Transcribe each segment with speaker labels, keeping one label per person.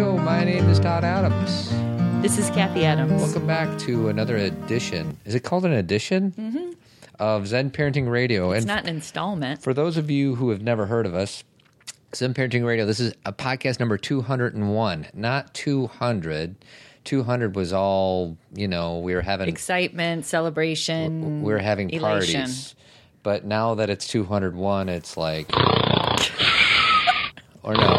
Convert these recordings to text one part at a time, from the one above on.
Speaker 1: Yo, my name is Todd Adams.
Speaker 2: This is Kathy Adams.
Speaker 1: Welcome back to another edition. Is it called an edition? Of Zen Parenting Radio.
Speaker 2: Mm-hmm. It's
Speaker 1: and
Speaker 2: not an installment.
Speaker 1: for those of you who have never heard of us, Zen Parenting Radio, this is a podcast number 201, not 200. 200 was all, you know, we were having
Speaker 2: Excitement, celebration.
Speaker 1: we were having
Speaker 2: elation.
Speaker 1: parties. But now that it's 201, it's like or no.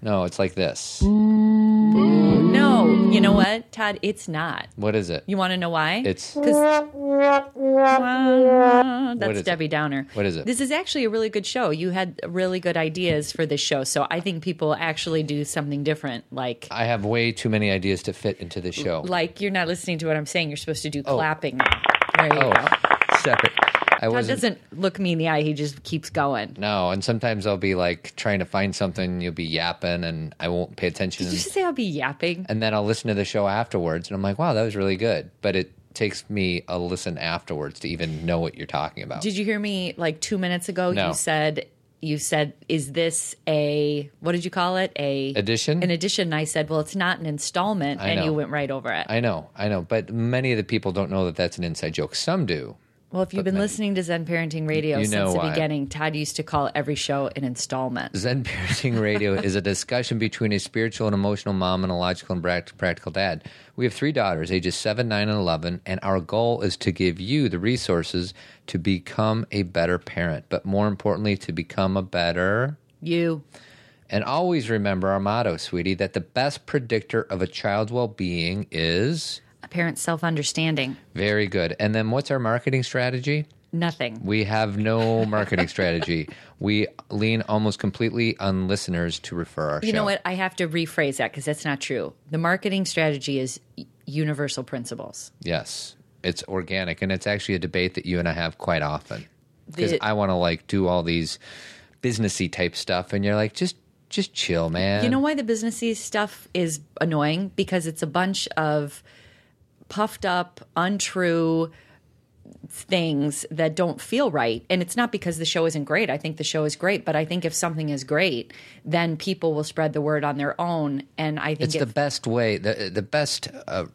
Speaker 1: No, it's like this.
Speaker 2: No, you know what, Todd? It's not.
Speaker 1: What is it?
Speaker 2: You want to know why?
Speaker 1: It's
Speaker 2: 'Cause-
Speaker 1: is
Speaker 2: that's
Speaker 1: it?
Speaker 2: Debbie Downer.
Speaker 1: What is it?
Speaker 2: This is actually a really good show. You had really good ideas for this show, so I think people actually do something different. Like,
Speaker 1: I have way too many ideas to fit into this show.
Speaker 2: like you're not listening to what I'm saying. You're supposed to do clapping. There you
Speaker 1: oh,
Speaker 2: go.
Speaker 1: sorry. I
Speaker 2: Todd
Speaker 1: wasn't.
Speaker 2: doesn't look me in the eye. He just keeps going.
Speaker 1: No, and sometimes I'll be like trying to find something, you'll be yapping, and I won't pay attention.
Speaker 2: Did you just say I'll be yapping?
Speaker 1: and then I'll listen to the show afterwards, and I'm like, wow, that was really good. But it takes me a listen afterwards to even know what you're talking about.
Speaker 2: Did you hear me like two minutes ago?
Speaker 1: No.
Speaker 2: You said you said, "Is this a what did you call it? A
Speaker 1: Edition?
Speaker 2: An edition?" And I said, "Well, it's not an installment," and
Speaker 1: know.
Speaker 2: you went right over it.
Speaker 1: I know, I know. But many of the people don't know that that's an inside joke. Some do.
Speaker 2: well, if you've been listening to Zen Parenting Radio
Speaker 1: you know
Speaker 2: since the
Speaker 1: why.
Speaker 2: beginning, Todd used to call every show an installment.
Speaker 1: Zen Parenting Radio is a discussion between a spiritual and emotional mom and a logical and pract- practical dad. We have three daughters, ages 7, 9, and 11, and our goal is to give you the resources to become a better parent, but more importantly, to become a better.
Speaker 2: You
Speaker 1: And always remember our motto, sweetie, that the best predictor of a child's well being is
Speaker 2: a parent's self understanding.
Speaker 1: very good. And then what's our marketing strategy?
Speaker 2: Nothing.
Speaker 1: We have no marketing strategy. We lean almost completely on listeners to refer our
Speaker 2: You
Speaker 1: show.
Speaker 2: know what? I have to rephrase that because that's not true. The marketing strategy is y- universal principles.
Speaker 1: Yes, it's organic, and it's actually a debate that you and I have quite often because
Speaker 2: The-
Speaker 1: I want to like do all these businessy type stuff, and you're like, just just chill, man.
Speaker 2: You know why the businessy stuff is annoying? Because it's a bunch of puffed up, untrue things that don't feel right. And it's not because the show isn't great. I think the show is great, but I think if something is great, then people will spread the word on their own. And I think
Speaker 1: It's the
Speaker 2: if,
Speaker 1: best way. the The best uh,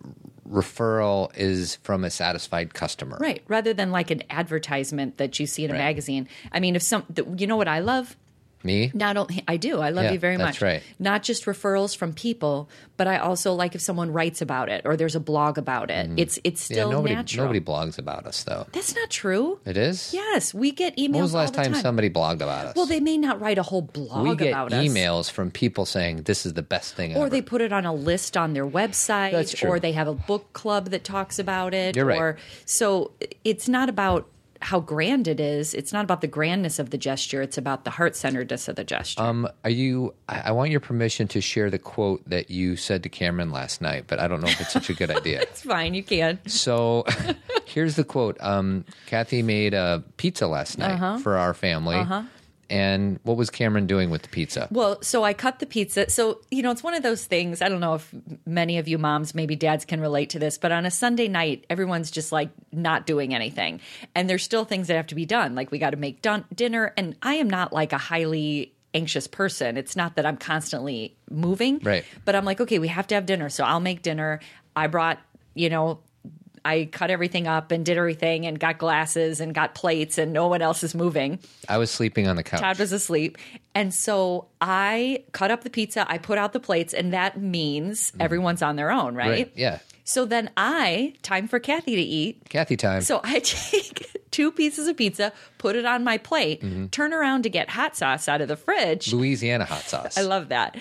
Speaker 1: referral is from a satisfied customer.
Speaker 2: right rather than like an advertisement that you see in a magazine. I mean, if some, th- you know what I love?
Speaker 1: Me.
Speaker 2: Not only I do, I love
Speaker 1: Yeah,
Speaker 2: you very
Speaker 1: that's
Speaker 2: much.
Speaker 1: right.
Speaker 2: Not just referrals from people, but I also like if someone writes about it or there's a blog about it. It's it's
Speaker 1: Mm-hmm. Yeah,
Speaker 2: still
Speaker 1: nobody
Speaker 2: natural.
Speaker 1: nobody blogs about us though.
Speaker 2: That's not true.
Speaker 1: It is.
Speaker 2: Yes, we get emails.
Speaker 1: When was the
Speaker 2: all
Speaker 1: last time,
Speaker 2: time
Speaker 1: somebody blogged about us?
Speaker 2: Well, they may not write a whole blog
Speaker 1: we get
Speaker 2: about us,
Speaker 1: emails from people saying this is the best thing
Speaker 2: or
Speaker 1: ever.
Speaker 2: they put it on a list on their website,
Speaker 1: That's true.
Speaker 2: or they have a book club that talks about it.
Speaker 1: You're right.
Speaker 2: or, So it's not about how grand it is. It's not about the grandness of the gesture. It's about the heart centeredness of the gesture.
Speaker 1: Um, are you? I, I want your permission to share the quote that you said to Cameron last night, but I don't know if it's such a good idea.
Speaker 2: it's fine. You can.
Speaker 1: So, here's the quote. Um, Kathy made a pizza last night
Speaker 2: Uh-huh.
Speaker 1: for our family, and what was Cameron doing with the pizza?
Speaker 2: Well, so I cut the pizza. So, you know, it's one of those things. I don't know if many of you moms, maybe dads can relate to this, but on a Sunday night, everyone's just like not doing anything. And there's still things that have to be done. Like we got to make dun- dinner. And I am not like a highly anxious person. It's not that I'm constantly moving.
Speaker 1: Right.
Speaker 2: But I'm like, okay, we have to have dinner. So I'll make dinner. I brought, you know, I cut everything up and did everything and got glasses and got plates and no one else is moving.
Speaker 1: I was sleeping on the couch.
Speaker 2: Todd was asleep. And so I cut up the pizza, I put out the plates, and that means everyone's on their own, right?
Speaker 1: right? Yeah,
Speaker 2: So then I, time for Kathy to eat.
Speaker 1: Kathy time.
Speaker 2: So I take two pieces of pizza, put it on my plate, turn around to get hot sauce out of the fridge.
Speaker 1: Louisiana hot sauce.
Speaker 2: I love that.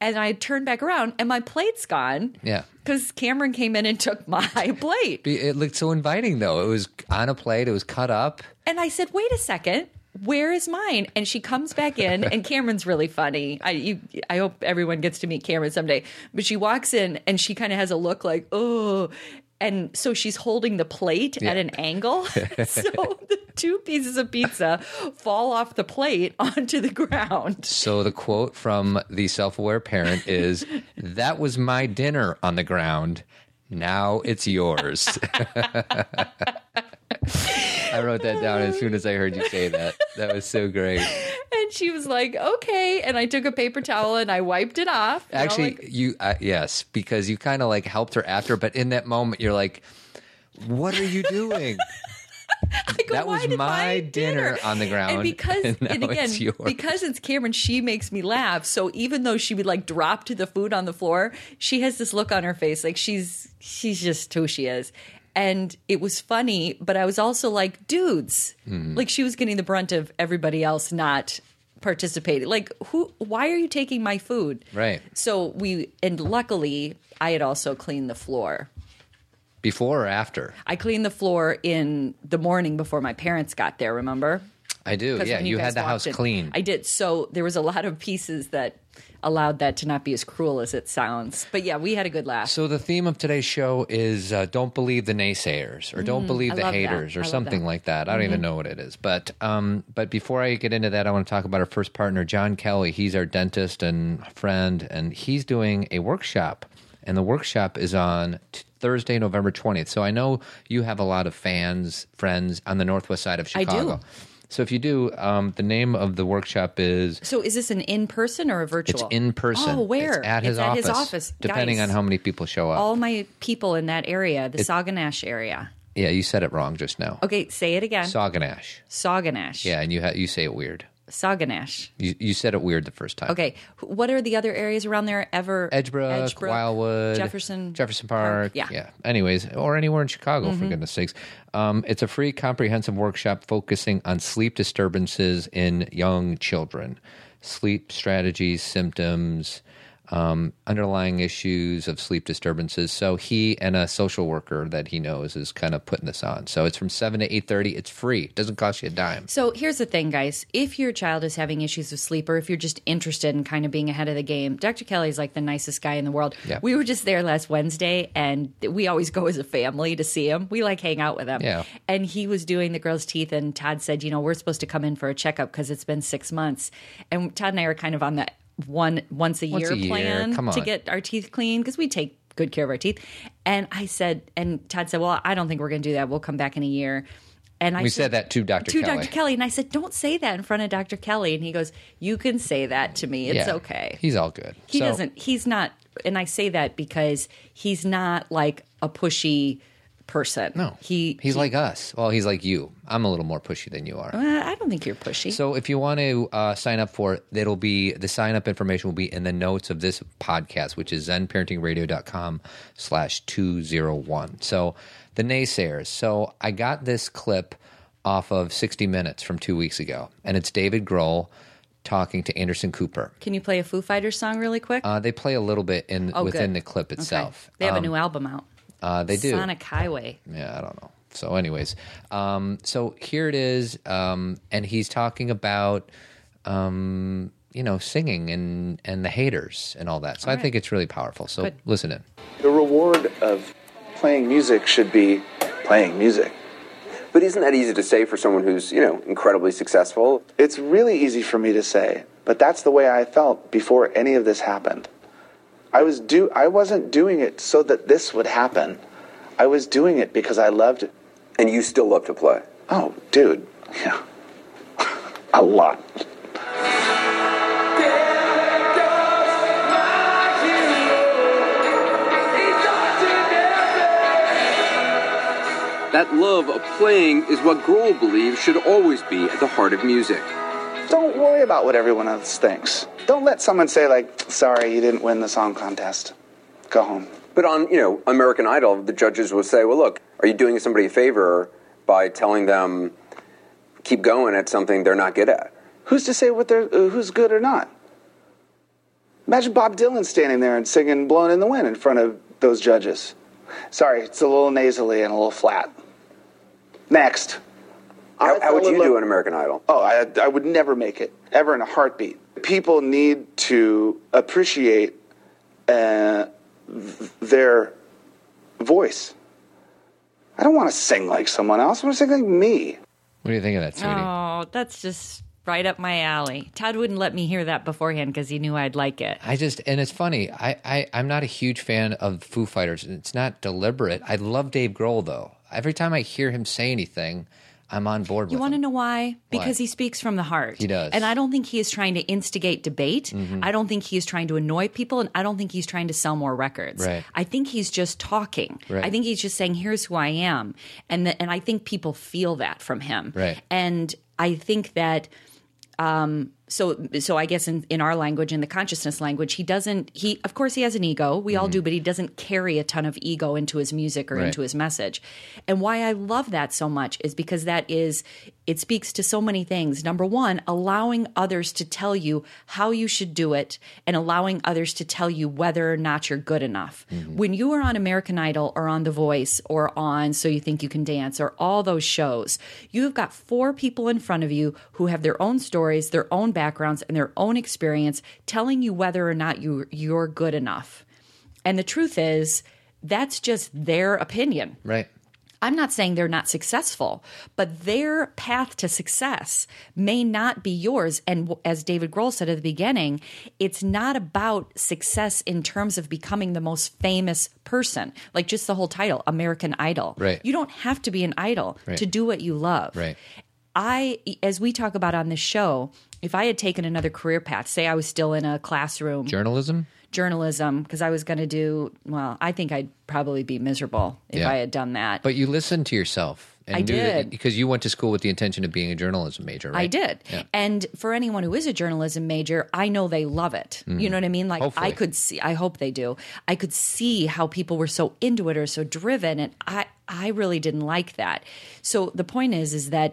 Speaker 2: And I turn back around and my plate's gone.
Speaker 1: Yeah.
Speaker 2: Because Cameron came in and took my plate.
Speaker 1: it looked so inviting though. It was on a plate. It was cut up.
Speaker 2: And I said, "Wait a second, where is mine?" And she comes back in, and Cameron's really funny. I you, I hope everyone gets to meet Cameron someday. But she walks in, and she kind of has a look like, "Oh." And so she's holding the plate at an angle. so the two pieces of pizza fall off the plate onto the ground.
Speaker 1: So the quote from the self-aware parent is, "That was my dinner on the ground. Now it's yours." I wrote that down as soon as I heard you say that. That was so great.
Speaker 2: And she was like, okay. And I took a paper towel and I wiped it off. you know,
Speaker 1: Actually,
Speaker 2: like-
Speaker 1: you uh, yes, because you kind of like helped her after, but in that moment, you're like, "What are you doing?"
Speaker 2: I go,
Speaker 1: that was
Speaker 2: "Why did
Speaker 1: my
Speaker 2: my
Speaker 1: dinner on the ground,
Speaker 2: And because,
Speaker 1: and
Speaker 2: and,
Speaker 1: now
Speaker 2: again,
Speaker 1: it's yours.
Speaker 2: because it's Cameron, she makes me laugh. So even though she would like drop to the food on the floor, she has this look on her face like she's she's just who she is. And it was funny, but I was also like, dudes,
Speaker 1: Hmm.
Speaker 2: like she was getting the brunt of everybody else not participating. Like, who? Why are you taking my food?
Speaker 1: Right.
Speaker 2: So we, and luckily, I had also cleaned the floor.
Speaker 1: Before or after?
Speaker 2: I cleaned the floor in the morning before my parents got there, remember?
Speaker 1: I do.
Speaker 2: 'Cause
Speaker 1: Yeah,
Speaker 2: when
Speaker 1: you,
Speaker 2: guys
Speaker 1: had the
Speaker 2: walked
Speaker 1: house
Speaker 2: in-
Speaker 1: clean.
Speaker 2: I did. So there was a lot of pieces that allowed that to not be as cruel as it sounds. But yeah, we had a good laugh.
Speaker 1: so the theme of today's show is uh, don't believe the naysayers or don't believe the
Speaker 2: love that.
Speaker 1: haters
Speaker 2: Mm, I
Speaker 1: or
Speaker 2: love
Speaker 1: something
Speaker 2: that. Mm-hmm.
Speaker 1: like that. I don't even know what it is. But um but before I get into that, I want to talk about our first partner, John Kelly. He's our dentist and friend and he's doing a workshop. And the workshop is on t- Thursday, November 20th. So I know you have a lot of fans, friends on the northwest side of
Speaker 2: I do.
Speaker 1: Chicago. So if you do, um, the name of the workshop is
Speaker 2: So is this an in person or a virtual?
Speaker 1: It's in person.
Speaker 2: Oh, where?
Speaker 1: It's at his
Speaker 2: It's
Speaker 1: office.
Speaker 2: office.
Speaker 1: Depending
Speaker 2: Guys,
Speaker 1: on how many people show up.
Speaker 2: All my people in that area, the Sauganash area.
Speaker 1: yeah, you said it wrong just now.
Speaker 2: Okay, say it again.
Speaker 1: Sauganash.
Speaker 2: Sauganash.
Speaker 1: Yeah, and you ha- you say it weird.
Speaker 2: Sauganash.
Speaker 1: You, you said it weird the first time.
Speaker 2: Okay. What are the other areas around there? Ever
Speaker 1: Edgebrook, Wildwood,
Speaker 2: Jefferson,
Speaker 1: Jefferson Park.
Speaker 2: Yeah. Mm-hmm.
Speaker 1: Anyways, or anywhere in Chicago, for goodness sakes. Um, it's a free comprehensive workshop focusing on sleep disturbances in young children, sleep strategies, symptoms, um, underlying issues of sleep disturbances. So he and a social worker that he knows is kind of putting this on. So it's from seven to eight thirty. It's free. It doesn't cost you a dime.
Speaker 2: So here's the thing, guys. If your child is having issues with sleep, or if you're just interested in kind of being ahead of the game, Dr. Kelly is like the nicest guy in the world.
Speaker 1: Yeah.
Speaker 2: We were just there last Wednesday, and we always go as a family to see him. We like hang out with him.
Speaker 1: Yeah.
Speaker 2: And he was doing the girl's teeth, and Todd said, "You know, we're supposed to come in for a checkup because it's been six months." And Todd and I are kind of on that one once a year
Speaker 1: Once a year,
Speaker 2: plan
Speaker 1: come
Speaker 2: to
Speaker 1: on.
Speaker 2: get our teeth clean because we take good care of our teeth. And I said, and Todd said, "Well, I don't think we're going to do that. We'll come back in a year." And I
Speaker 1: We said that to Dr.
Speaker 2: to
Speaker 1: Kelly.
Speaker 2: Dr. Kelly. And I said, Don't say that in front of Dr. Kelly. And he goes, You can say that to me. It's
Speaker 1: Yeah.
Speaker 2: okay.
Speaker 1: He's all good.
Speaker 2: He
Speaker 1: So-
Speaker 2: doesn't, he's not, and I say that because he's not like a pushy person.
Speaker 1: No.
Speaker 2: He,
Speaker 1: he's like us. Well, he's like you. I'm a little more pushy than you are.
Speaker 2: uh, I don't think you're pushy.
Speaker 1: So if you want to uh, sign up for it, it'll be the sign up information will be in the notes of this podcast, which is zenparentingradio.com slash two zero one. So the naysayers. So I got this clip off of 60 Minutes from two weeks ago, and it's David Grohl talking to Anderson Cooper.
Speaker 2: can you play a Foo Fighters song really quick?
Speaker 1: Uh, they play a little bit in
Speaker 2: Oh,
Speaker 1: within
Speaker 2: good.
Speaker 1: the clip
Speaker 2: Okay.
Speaker 1: itself.
Speaker 2: They have a new album out.
Speaker 1: Uh, they do.
Speaker 2: Sonic Highway.
Speaker 1: yeah, I don't know. So, anyways, um, so here it is, um, and he's talking about um, you know singing and and the haters and all that. So I think it's really powerful. So
Speaker 2: Good.
Speaker 1: listen in.
Speaker 3: The reward of playing music should be playing music.
Speaker 4: But isn't that easy to say for someone who's, you know, incredibly successful?
Speaker 3: It's really easy for me to say, but that's the way I felt before any of this happened. I was do I wasn't doing it so that this would happen. I was doing it because I loved it.
Speaker 4: And you still love to play.
Speaker 3: Oh, dude. Yeah. A lot.
Speaker 4: That love of playing is what Grohl believes should always be at the heart of music.
Speaker 3: Don't worry about what everyone else thinks. Don't let someone say like, "Sorry, you didn't win the song contest." Go home.
Speaker 4: But on, you know, American Idol, the judges will say, well, look, are you doing somebody a favor by telling them keep going at something they're not good at?
Speaker 3: Who's to say what they're uh, who's good or not? Imagine Bob Dylan standing there and singing "Blown in the Wind" in front of those judges. Sorry, it's a little nasally and a little flat. Next.
Speaker 4: How, how would you do
Speaker 3: it?
Speaker 4: on American Idol?
Speaker 3: Oh, I, I would never make it ever in a heartbeat. People need to appreciate uh, th- their voice. I don't want to sing like someone else. I want to sing like me.
Speaker 1: What do you think of that, sweetie?
Speaker 2: Oh, that's just right up my alley. Todd wouldn't let me hear that beforehand because he knew I'd like it.
Speaker 1: I just and it's funny. I, I I'm not a huge fan of Foo Fighters. and It's not deliberate. I love Dave Grohl though. Every time I hear him say anything, I'm on board with
Speaker 2: You want to
Speaker 1: him.
Speaker 2: know why? Because
Speaker 1: Why?
Speaker 2: he speaks from the heart.
Speaker 1: He does. Mm-hmm.
Speaker 2: And I don't think he is trying to instigate debate. I don't think he is trying to annoy people. And I don't think he's trying to sell more records.
Speaker 1: Right.
Speaker 2: I think he's just talking.
Speaker 1: Right.
Speaker 2: I think he's just saying, here's who I am. And, th- and I think people feel that from him.
Speaker 1: Right.
Speaker 2: And I think that um, so so I guess in, in our language, in the consciousness language, he doesn't he of course he has an ego, we all do, but he doesn't carry a ton of ego into his music
Speaker 1: Mm-hmm.
Speaker 2: or
Speaker 1: Right.
Speaker 2: into his message. And why I love that so much is because that is it speaks to so many things. Number one, allowing others to tell you how you should do it and allowing others to tell you whether or not you're good enough. When you are on American Idol or on The Voice or on So You Think You Can Dance or all those shows, you've got four people in front of you who have their own stories, their own backgrounds, and their own experience telling you whether or not you, you're good enough. And the truth is, that's just their opinion.
Speaker 1: Right.
Speaker 2: I'm not saying they're not successful, but their path to success may not be yours. And w- as David Grohl said at the beginning, it's not about success in terms of becoming the most famous person. Like just the whole title, American Idol.
Speaker 1: Right.
Speaker 2: You don't have to be an idol
Speaker 1: Right.
Speaker 2: to do what you love.
Speaker 1: Right.
Speaker 2: I, as we talk about on this show, if I had taken another career path, say I was still in a classroom,
Speaker 1: Journalism?
Speaker 2: journalism, because I was going to do, well, I think I'd probably be miserable if
Speaker 1: Yeah.
Speaker 2: I had done that.
Speaker 1: But you listened to yourself. And
Speaker 2: I
Speaker 1: knew that-
Speaker 2: did.
Speaker 1: because you went to school with the intention of being a journalism major, right?
Speaker 2: I did.
Speaker 1: Yeah.
Speaker 2: And for anyone who is a journalism major, I know they love it. You know what I mean? Like
Speaker 1: Mm-hmm. Hopefully.
Speaker 2: I could see I hope they do. I could see how people were so into it or so driven and I I really didn't like that. So the point is is that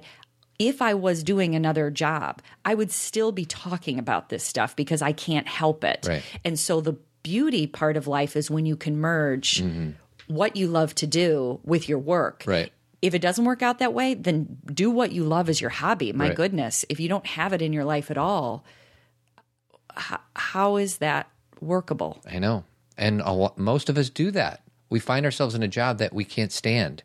Speaker 2: if I was doing another job, I would still be talking about this stuff because I can't help it.
Speaker 1: Right.
Speaker 2: And so the beauty part of life is when you can merge what you love to do with your work
Speaker 1: Mm-hmm. Right.
Speaker 2: if it doesn't work out that way, then do what you love as your hobby. My
Speaker 1: Right.
Speaker 2: goodness, if you don't have it in your life at all, h- how is that workable?
Speaker 1: I know. And a lot, most of us do that. We find ourselves in a job that we can't stand.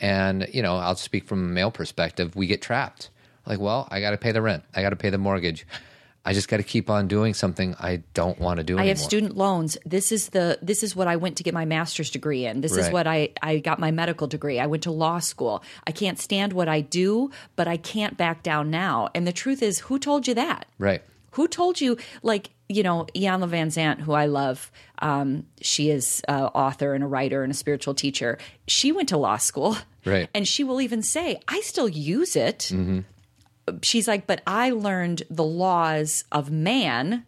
Speaker 1: And, you know, I'll speak from a male perspective, we get trapped. Like, well, I got to pay the rent. I got to pay the mortgage. I just got to keep on doing something I don't want to do
Speaker 2: I
Speaker 1: anymore.
Speaker 2: have student loans. This is the this is what I went to get my master's degree in. This is
Speaker 1: Right.
Speaker 2: what I I got my medical degree. I went to law school. I can't stand what I do, but I can't back down now. And the truth is, who told you that?
Speaker 1: right.
Speaker 2: Who told you, like, you know, Ian Van Zant, who I love, um, she is an author and a writer and a spiritual teacher. She went to law school.
Speaker 1: Right. Mm-hmm.
Speaker 2: And she will even say, I still use it. She's like, but I learned the laws of man.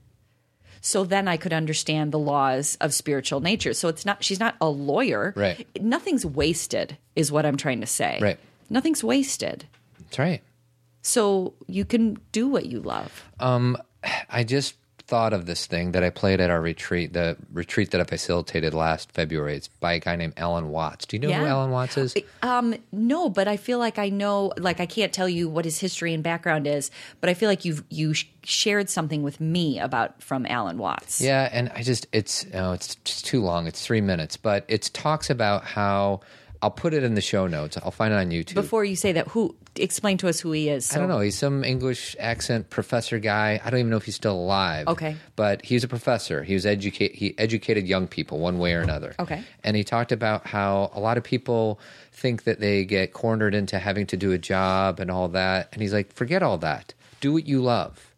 Speaker 2: So then I could understand the laws of spiritual nature. So it's not, she's not a lawyer.
Speaker 1: Right.
Speaker 2: Nothing's wasted, is what I'm trying to say.
Speaker 1: Right.
Speaker 2: Nothing's wasted.
Speaker 1: That's right.
Speaker 2: So you can do what you love.
Speaker 1: I just thought of this thing that I played at our retreat, the retreat that I facilitated last February. It's by a guy named Alan Watts. Do you know who
Speaker 2: Yeah.
Speaker 1: Alan Watts is?
Speaker 2: No, but I feel like I know. Like I can't tell you what his history and background is, but I feel like you've you sh- shared something with me about from Alan Watts.
Speaker 1: Yeah, and I just it's oh, it's just too long. It's three minutes, but it talks about how I'll put it in the show notes. I'll find it on YouTube.
Speaker 2: Before you say that, who explain to us who he is? So.
Speaker 1: I don't know. He's some English accent professor guy. I don't even know if he's still alive.
Speaker 2: Okay.
Speaker 1: But he's a professor. He was educate he educated young people one way or another.
Speaker 2: Okay.
Speaker 1: And he talked about how a lot of people think that they get cornered into having to do a job and all that. And he's like, forget all that. Do what you love.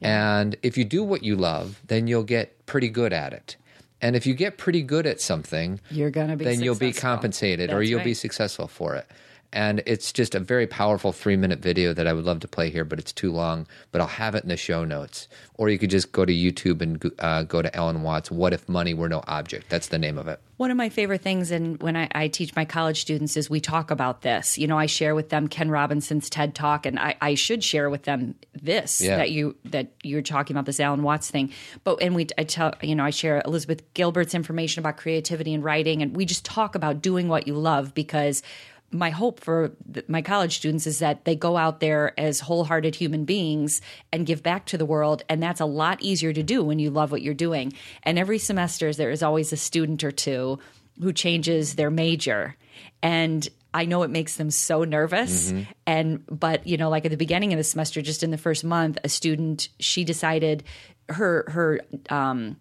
Speaker 1: And if you do what you love, then you'll get pretty good at it. And if you get pretty good at something,
Speaker 2: You're gonna be
Speaker 1: then you'll be
Speaker 2: successful.
Speaker 1: compensated or
Speaker 2: That's
Speaker 1: you'll be
Speaker 2: right.
Speaker 1: successful for it. And it's just a very powerful three minute video that I would love to play here, but it's too long. But I'll have it in the show notes. Or you could just go to YouTube and go- uh, go to Ellen Watts, What If Money Were No Object? That's the name of it.
Speaker 2: One of my favorite things, and when I, I teach my college students, is we talk about this. You know, I share with them Ken Robinson's TED Talk, and I, I should share with them this
Speaker 1: Yeah.
Speaker 2: that you that you're talking about this Alan Watts thing. But and we I tell you know I share Elizabeth Gilbert's information about creativity and writing, and we just talk about doing what you love because. My hope for th- my college students is that they go out there as wholehearted human beings and give back to the world. And that's a lot easier to do when you love what you're doing. And every semester, there is always a student or two who changes their major and I know it makes them so nervous and but you know like at the beginning of the semester just in the first month a student she decided her her um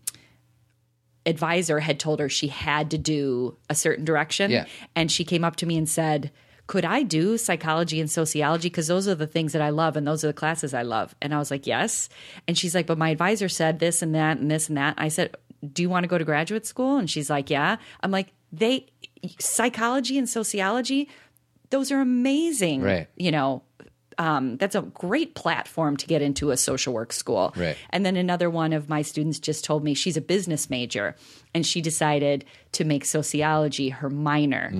Speaker 2: advisor had told her she had to do a certain direction
Speaker 1: Yeah.
Speaker 2: and she came up to me and said could I do psychology and sociology? Because those are the things that I love and those are the classes I love. And I was like, yes. And she's like, but my advisor said this and that and this and that. I said, do you want to go to graduate school? And she's like, yeah. I'm like, they, psychology and sociology, those are amazing,
Speaker 1: Right.
Speaker 2: you know, um, that's a great platform to get into a social work school.
Speaker 1: Right.
Speaker 2: And then another one of my students just told me she's a business major and she decided to make sociology her minor.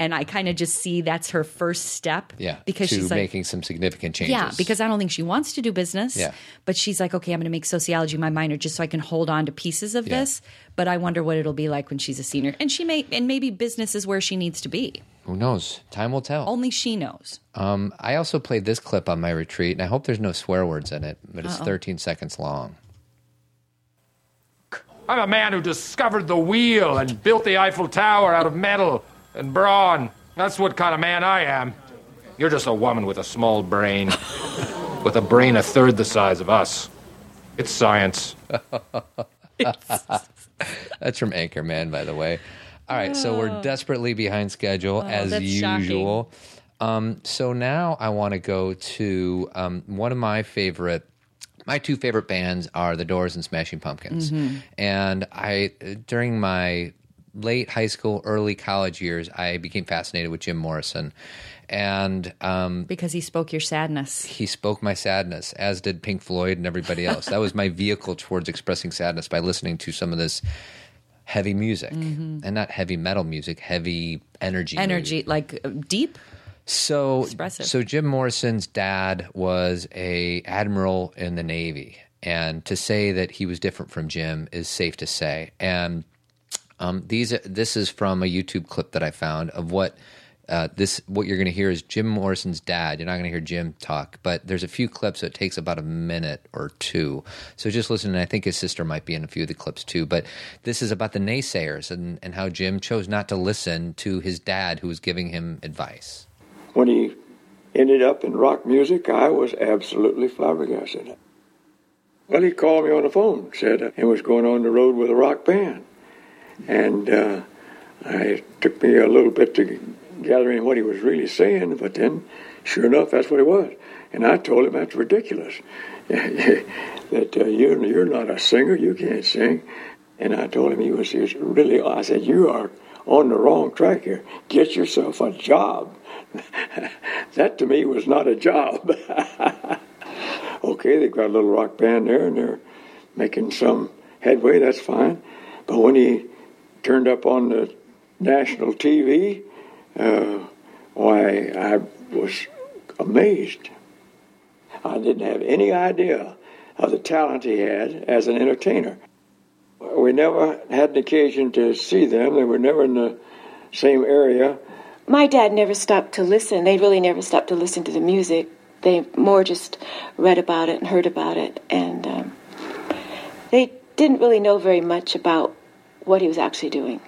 Speaker 2: And I kind of just see that's her first step.
Speaker 1: Mm-hmm. Yeah.
Speaker 2: Because
Speaker 1: to
Speaker 2: she's like,
Speaker 1: making some significant changes.
Speaker 2: yeah, because I don't think she wants to do business.
Speaker 1: Yeah.
Speaker 2: But she's like, okay, I'm going to make sociology my minor just so I can hold on to pieces of
Speaker 1: Yeah.
Speaker 2: this. But I wonder what it'll be like when she's a senior. And she may, and maybe business is where she needs to be.
Speaker 1: who knows? Time will tell.
Speaker 2: Only she knows.
Speaker 1: Um, I also played this clip on my retreat, and I hope there's no swear words in it, but it's 13 seconds long.
Speaker 5: I'm a man who discovered the wheel and built the Eiffel Tower out of metal and brawn. That's what kind of man I am. You're just a woman with a small brain, with a brain a third the size of us. It's science.
Speaker 1: That's from Anchorman, by the way. All right, so we're desperately behind schedule as
Speaker 2: Oh. that's shocking.
Speaker 1: usual. Um, so now I want to go to um, one of my favorite. My two favorite bands are The Doors and Smashing Pumpkins,
Speaker 2: Mm-hmm.
Speaker 1: and I during my late high school, early college years, I became fascinated with Jim Morrison, and um,
Speaker 2: Because he spoke your sadness.
Speaker 1: he spoke my sadness, as did Pink Floyd and everybody else. that was my vehicle towards expressing sadness by listening to some of this heavy music, and not heavy metal music, heavy energy.
Speaker 2: Energy,
Speaker 1: music.
Speaker 2: like uh, deep.
Speaker 1: So
Speaker 2: Expressive.
Speaker 1: So Jim Morrison's dad was a admiral in the Navy, and to say that he was different from Jim is safe to say. And um, these this is from a YouTube clip that I found of what uh, this what you're going to hear is Jim Morrison's dad. You're not going to hear Jim talk, but there's a few clips so it takes about a minute or two. So just listen. And I think his sister might be in a few of the clips too. But this is about the naysayers and, and how Jim chose not to listen to his dad who was giving him advice.
Speaker 6: when he ended up in rock music, I was absolutely flabbergasted. Well, he called me on the phone, said he was going on the road with a rock band, and uh, I, it took me a little bit to gather in what he was really saying. But then, sure enough, that's what it was. And I told him that's ridiculous. that uh, you're you're not a singer, you can't sing. And I told him he was, he was really. I said you are on the wrong track here. Get yourself a job. that to me was not a job. okay, they've got a little rock band there and they're making some headway, that's fine. But when he turned up on the national TV, uh, why, I was amazed. I didn't have any idea of the talent he had as an entertainer. We never had an occasion to see them, they were never in the same area.
Speaker 7: My dad never stopped to listen. They really never stopped to listen to the music. They more just read about it and heard about it, and um, they didn't really know very much about what he was actually doing.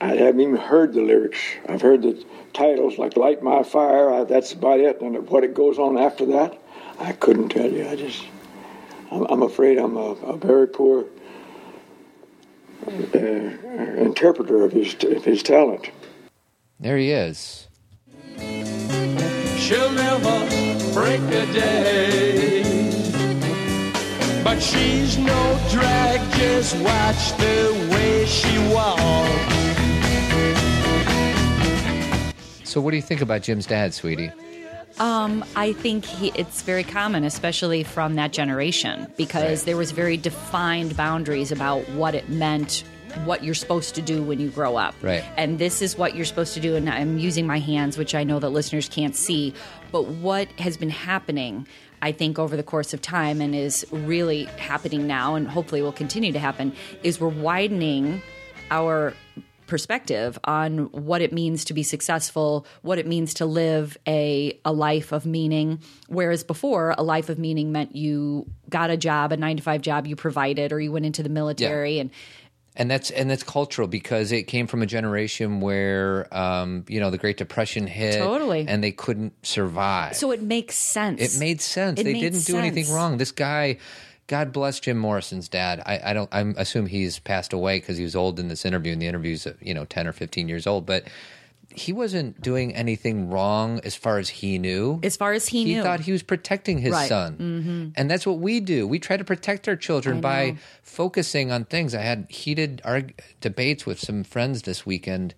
Speaker 6: I haven't even heard the lyrics. I've heard the titles like "Light My Fire." I, that's about it. And what it goes on after that, I couldn't tell you. I just, I'm, I'm afraid I'm a, a very poor uh, interpreter of his of his talent.
Speaker 1: There he is.
Speaker 8: She'll never break a day. But she's no drag, just watch the way she walks.
Speaker 1: So what do you think about Jim's dad, sweetie?
Speaker 2: Um, I think he, it's very common, especially from that generation, because
Speaker 1: Right.
Speaker 2: there was very defined boundaries about what it meant, what you're supposed to do when you grow up.
Speaker 1: Right.
Speaker 2: And this is what you're supposed to do. And I'm using my hands, which I know that listeners can't see, but what has been happening. I think over the course of time and is really happening now and hopefully will continue to happen is we're widening our perspective on what it means to be successful, what it means to live a a life of meaning. Whereas before, a life of meaning meant you got a job, a nine to five job, you provided, or you went into the military. And
Speaker 1: and that's and that's cultural because it came from a generation where um, you know the Great Depression hit
Speaker 2: Totally.
Speaker 1: and they couldn't survive.
Speaker 2: so it makes sense.
Speaker 1: it made sense.
Speaker 2: It
Speaker 1: they
Speaker 2: made
Speaker 1: didn't do anything
Speaker 2: sense.
Speaker 1: wrong. This guy, God bless Jim Morrison's dad. I, I don't. I assume he's passed away because he was old in this interview, and the interview's uh, you know ten or fifteen years old, but. he wasn't doing anything wrong as far as he knew.
Speaker 2: As far as he,
Speaker 1: he
Speaker 2: knew,
Speaker 1: thought he was protecting his
Speaker 2: Right. Mm-hmm.
Speaker 1: son. And that's what we do. We try to protect our children by focusing on things. I had heated arg- debates with some friends this weekend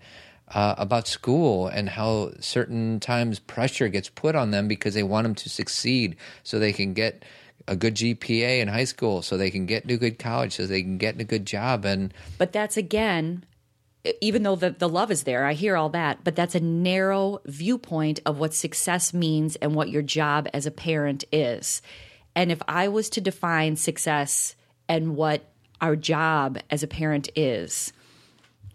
Speaker 1: uh, about school and how certain times pressure gets put on them because they want them to succeed so they can get a good GPA in high school, so they can get into a good college, so they can get a good job. And
Speaker 2: but that's again, even though the, the love is there, I hear all that, but that's a narrow viewpoint of what success means and what your job as a parent is. And if I was to define success and what our job as a parent is,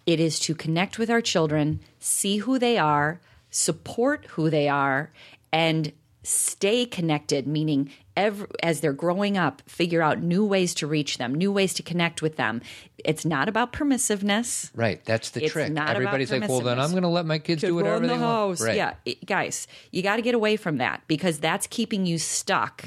Speaker 2: it is to connect with our children, see who they are, support who they are, and stay connected, meaning ev as they're growing up, figure out new ways to reach them, new ways to connect with them. It's not about permissiveness.
Speaker 1: right, that's the
Speaker 2: It's
Speaker 1: trick.
Speaker 2: not about
Speaker 1: Everybody's like, well, then
Speaker 2: permissiveness.
Speaker 1: I'm going to let my kids
Speaker 2: Just
Speaker 1: do
Speaker 2: roll
Speaker 1: whatever
Speaker 2: in
Speaker 1: they
Speaker 2: the
Speaker 1: want.
Speaker 2: house. Yeah, it- guys, you got to get away from that because that's keeping you stuck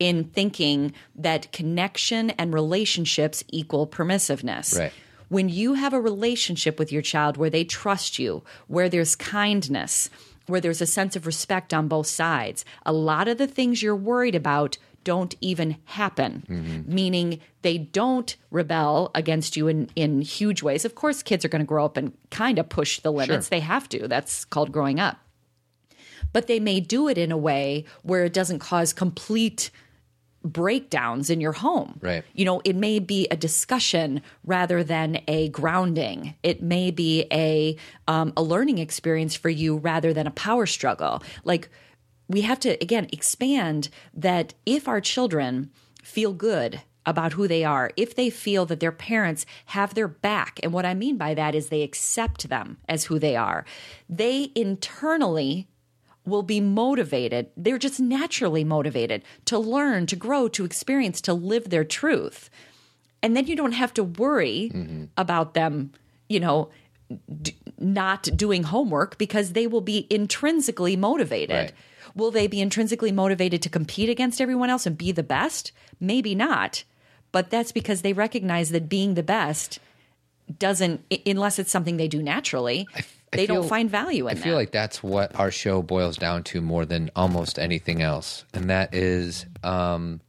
Speaker 2: in thinking that connection and relationships equal permissiveness.
Speaker 1: Right.
Speaker 2: When you have a relationship with your child where they trust you, where there's kindness, where there's a sense of respect on both sides, a lot of the things you're worried about don't even happen, meaning they don't rebel against you in, in huge ways. Of course, kids are going to grow up and kind of push the limits. They have to. That's called growing up. But they may do it in a way where it doesn't cause complete breakdowns in your home.
Speaker 1: Right.
Speaker 2: You know, it may be a discussion rather than a grounding. It may be a um, a learning experience for you rather than a power struggle. Like we have to again expand that if our children feel good about who they are, if they feel that their parents have their back, and what I mean by that is they accept them as who they are, they internally will be motivated. They're just naturally motivated to learn, to grow, to experience, to live their truth. And then you don't have to worry
Speaker 1: Mm-hmm.
Speaker 2: about them, you know, d- not doing homework because they will be intrinsically motivated.
Speaker 1: Right.
Speaker 2: Will they be intrinsically motivated to compete against everyone else and be the best? Maybe not. But that's because they recognize that being the best doesn't, i- unless it's something they do naturally,
Speaker 1: I
Speaker 2: they don't
Speaker 1: feel-
Speaker 2: find value in
Speaker 1: I
Speaker 2: that.
Speaker 1: feel like that's what our show boils down to more than almost anything else, and that is um,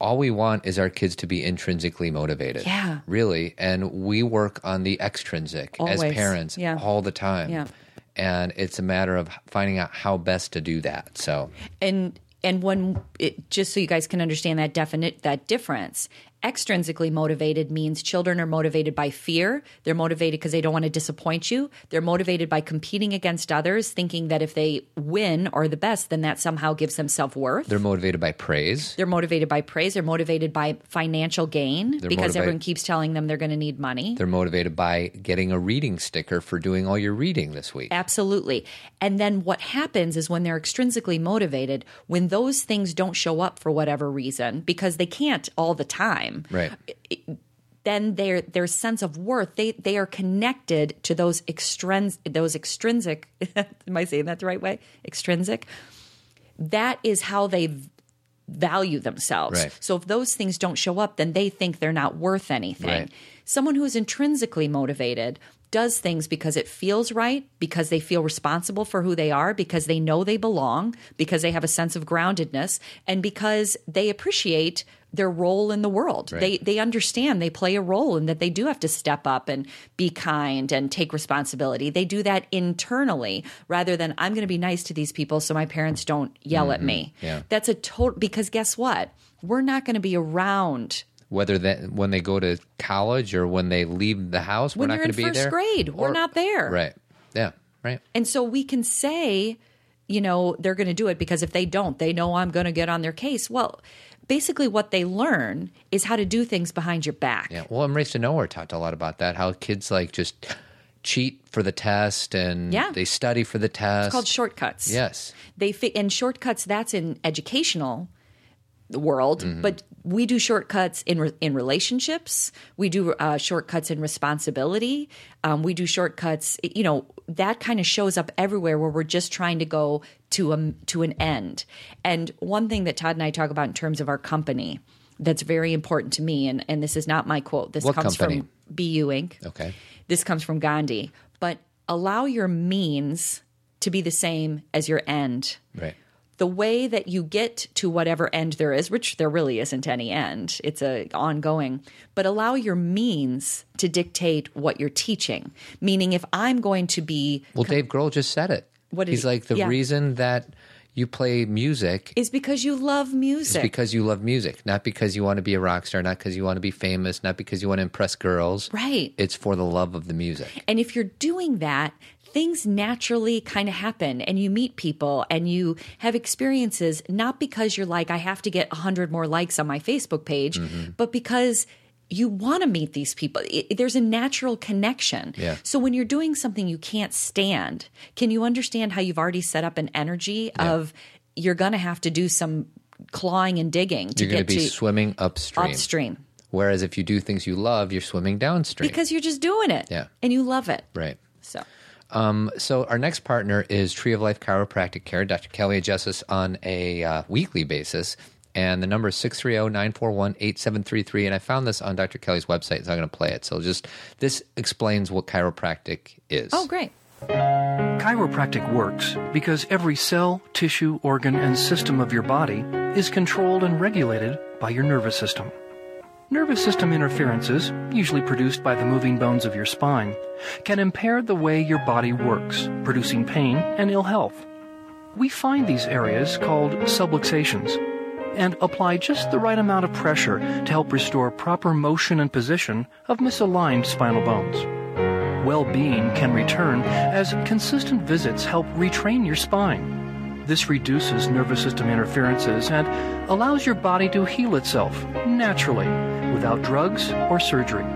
Speaker 1: all we want is our kids to be intrinsically motivated.
Speaker 2: Yeah.
Speaker 1: really. And we work on the extrinsic as
Speaker 2: Always.
Speaker 1: parents
Speaker 2: Yeah.
Speaker 1: all the time.
Speaker 2: Yeah.
Speaker 1: And it's a matter of finding out how best to do that. So,
Speaker 2: and and when it, just so you guys can understand that definite that difference extrinsically motivated means children are motivated by fear they're motivated because they don't want to disappoint you they're motivated by competing against others thinking that if they win or the best then that somehow gives them self-worth
Speaker 1: they're motivated by praise.
Speaker 2: they're motivated by praise they're motivated by financial gain because
Speaker 1: motivated-
Speaker 2: everyone keeps telling them they're going to need money
Speaker 1: They're motivated by getting a reading sticker for doing all your reading this week.
Speaker 2: Absolutely. And then what happens is when they're extrinsically motivated, when those things don't show up for whatever reason, because they can't all the time,
Speaker 1: Right.
Speaker 2: then their their sense of worth, they they are connected to those extrins those extrinsic am I saying that the right way? Extrinsic. That is how they v- value themselves.
Speaker 1: Right.
Speaker 2: So if those things don't show up, then they think they're not worth anything.
Speaker 1: Right.
Speaker 2: Someone who is intrinsically motivated does things because it feels right, because they feel responsible for who they are, because they know they belong, because they have a sense of groundedness, and because they appreciate their role in the world. They they understand they play a role and that they do have to step up and be kind and take responsibility. They do that internally rather than I'm going to be nice to these people so my parents don't yell at me.
Speaker 1: Yeah.
Speaker 2: That's a total because guess what? We're not going to be around
Speaker 1: whether that when they go to college or when they leave the house,
Speaker 2: When
Speaker 1: we're not going
Speaker 2: you're in
Speaker 1: to be
Speaker 2: first
Speaker 1: there.
Speaker 2: grade, we're not there.
Speaker 1: Right. Yeah. Right.
Speaker 2: And so we can say, you know, they're going to do it because if they don't, they know I'm going to get on their case. Well, basically, what they learn is how to do things behind your back.
Speaker 1: Yeah. Well, in Race to Nowhere talked a lot about that. How kids like just cheat for the test and
Speaker 2: Yeah.
Speaker 1: they study for the test.
Speaker 2: It's called shortcuts.
Speaker 1: Yes.
Speaker 2: They fit and shortcuts. That's in educational world,
Speaker 1: Mm-hmm.
Speaker 2: but we do shortcuts in re- in relationships. We do uh, shortcuts in responsibility. Um, we do shortcuts. You know that kind of shows up everywhere where we're just trying to go to a to an end. And one thing that Todd and I talk about in terms of our company that's very important to me, and and this is not my quote. This
Speaker 1: What
Speaker 2: comes
Speaker 1: company? Oh.
Speaker 2: from BU Inc.
Speaker 1: Okay.
Speaker 2: This comes from Gandhi, but allow your means to be the same as your end.
Speaker 1: Right.
Speaker 2: The way that you get to whatever end there is, which there really isn't any end, it's a ongoing, but allow your means to dictate what you're teaching. Meaning if I'm going to be
Speaker 1: Well, Dave Grohl just said it.
Speaker 2: What did
Speaker 1: He's
Speaker 2: he-
Speaker 1: like the
Speaker 2: yeah.
Speaker 1: reason that you play music
Speaker 2: is because you love
Speaker 1: is
Speaker 2: music.
Speaker 1: because you love music, not because you want to be a rock star, not because you want to be famous, not because you want to impress girls.
Speaker 2: right.
Speaker 1: It's for the love of the music.
Speaker 2: And if you're doing that, things naturally kind of happen and you meet people and you have experiences, not because you're like, I have to get 100 more likes on my Facebook page,
Speaker 1: Mm-hmm.
Speaker 2: but because you want to meet these people. It- there's a natural connection.
Speaker 1: Yeah.
Speaker 2: So when you're doing something you can't stand, can you understand how you've already set up an energy of you're going to have to do some clawing and digging to
Speaker 1: You're going
Speaker 2: get
Speaker 1: to be
Speaker 2: to
Speaker 1: swimming upstream.
Speaker 2: upstream?
Speaker 1: Whereas if you do things you love, you're swimming downstream.
Speaker 2: Because you're just doing it
Speaker 1: Yeah.
Speaker 2: and you love it.
Speaker 1: right. Um,
Speaker 2: So.
Speaker 1: So our next partner is Tree of Life Chiropractic Care. Dr. Kelly adjusts us on a uh, weekly basis, and the number is oh, 630-941-8733. And I found this on Dr. Kelly's website, so I'm going to play it. So just this explains what chiropractic is.
Speaker 2: Oh, great.
Speaker 9: Chiropractic works because every cell, tissue, organ, and system of your body is controlled and regulated by your nervous system. Nervous system interferences, usually produced by the moving bones of your spine, can impair the way your body works, producing pain and ill health. We find these areas called subluxations and apply just the right amount of pressure to help restore proper motion and position of misaligned spinal bones well being can return as consistent visits help retrain your spine. This reduces nervous system interferences and allows your body to heal itself naturally without drugs or surgery.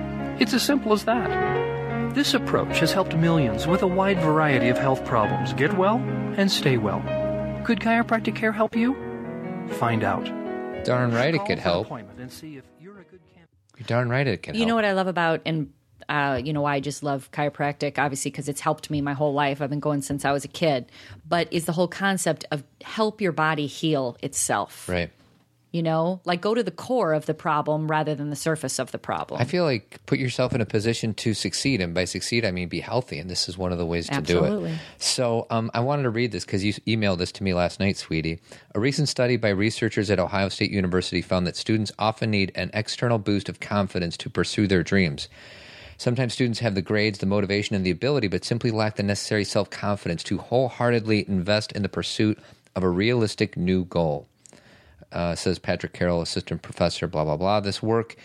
Speaker 9: It's as simple as that. This approach has helped millions with a wide variety of health problems get well and stay well. Could chiropractic care help you? Find out.
Speaker 1: Darn right it could help. You're darn right it can
Speaker 2: You
Speaker 1: help.
Speaker 2: know what I love about and uh, you know why I just love chiropractic, obviously because it's helped me my whole life. I've been going since I was a kid. But is the whole concept of help your body heal itself?
Speaker 1: Right.
Speaker 2: You know, like go to the core of the problem rather than the surface of the problem.
Speaker 1: I feel like put yourself in a position to succeed, and by succeed I mean be healthy, and this is one of the ways to do it.
Speaker 2: Absolutely.
Speaker 1: So um, I wanted to read this because you emailed this to me last night, sweetie. A recent study by researchers at Ohio State University found that students often need an external boost of confidence to pursue their dreams. Sometimes students have the grades, the motivation, and the ability, but simply lack the necessary self confidence to wholeheartedly invest in the pursuit of a realistic new goal uh, says Patrick Carroll, assistant professor, blah, blah, blah. This work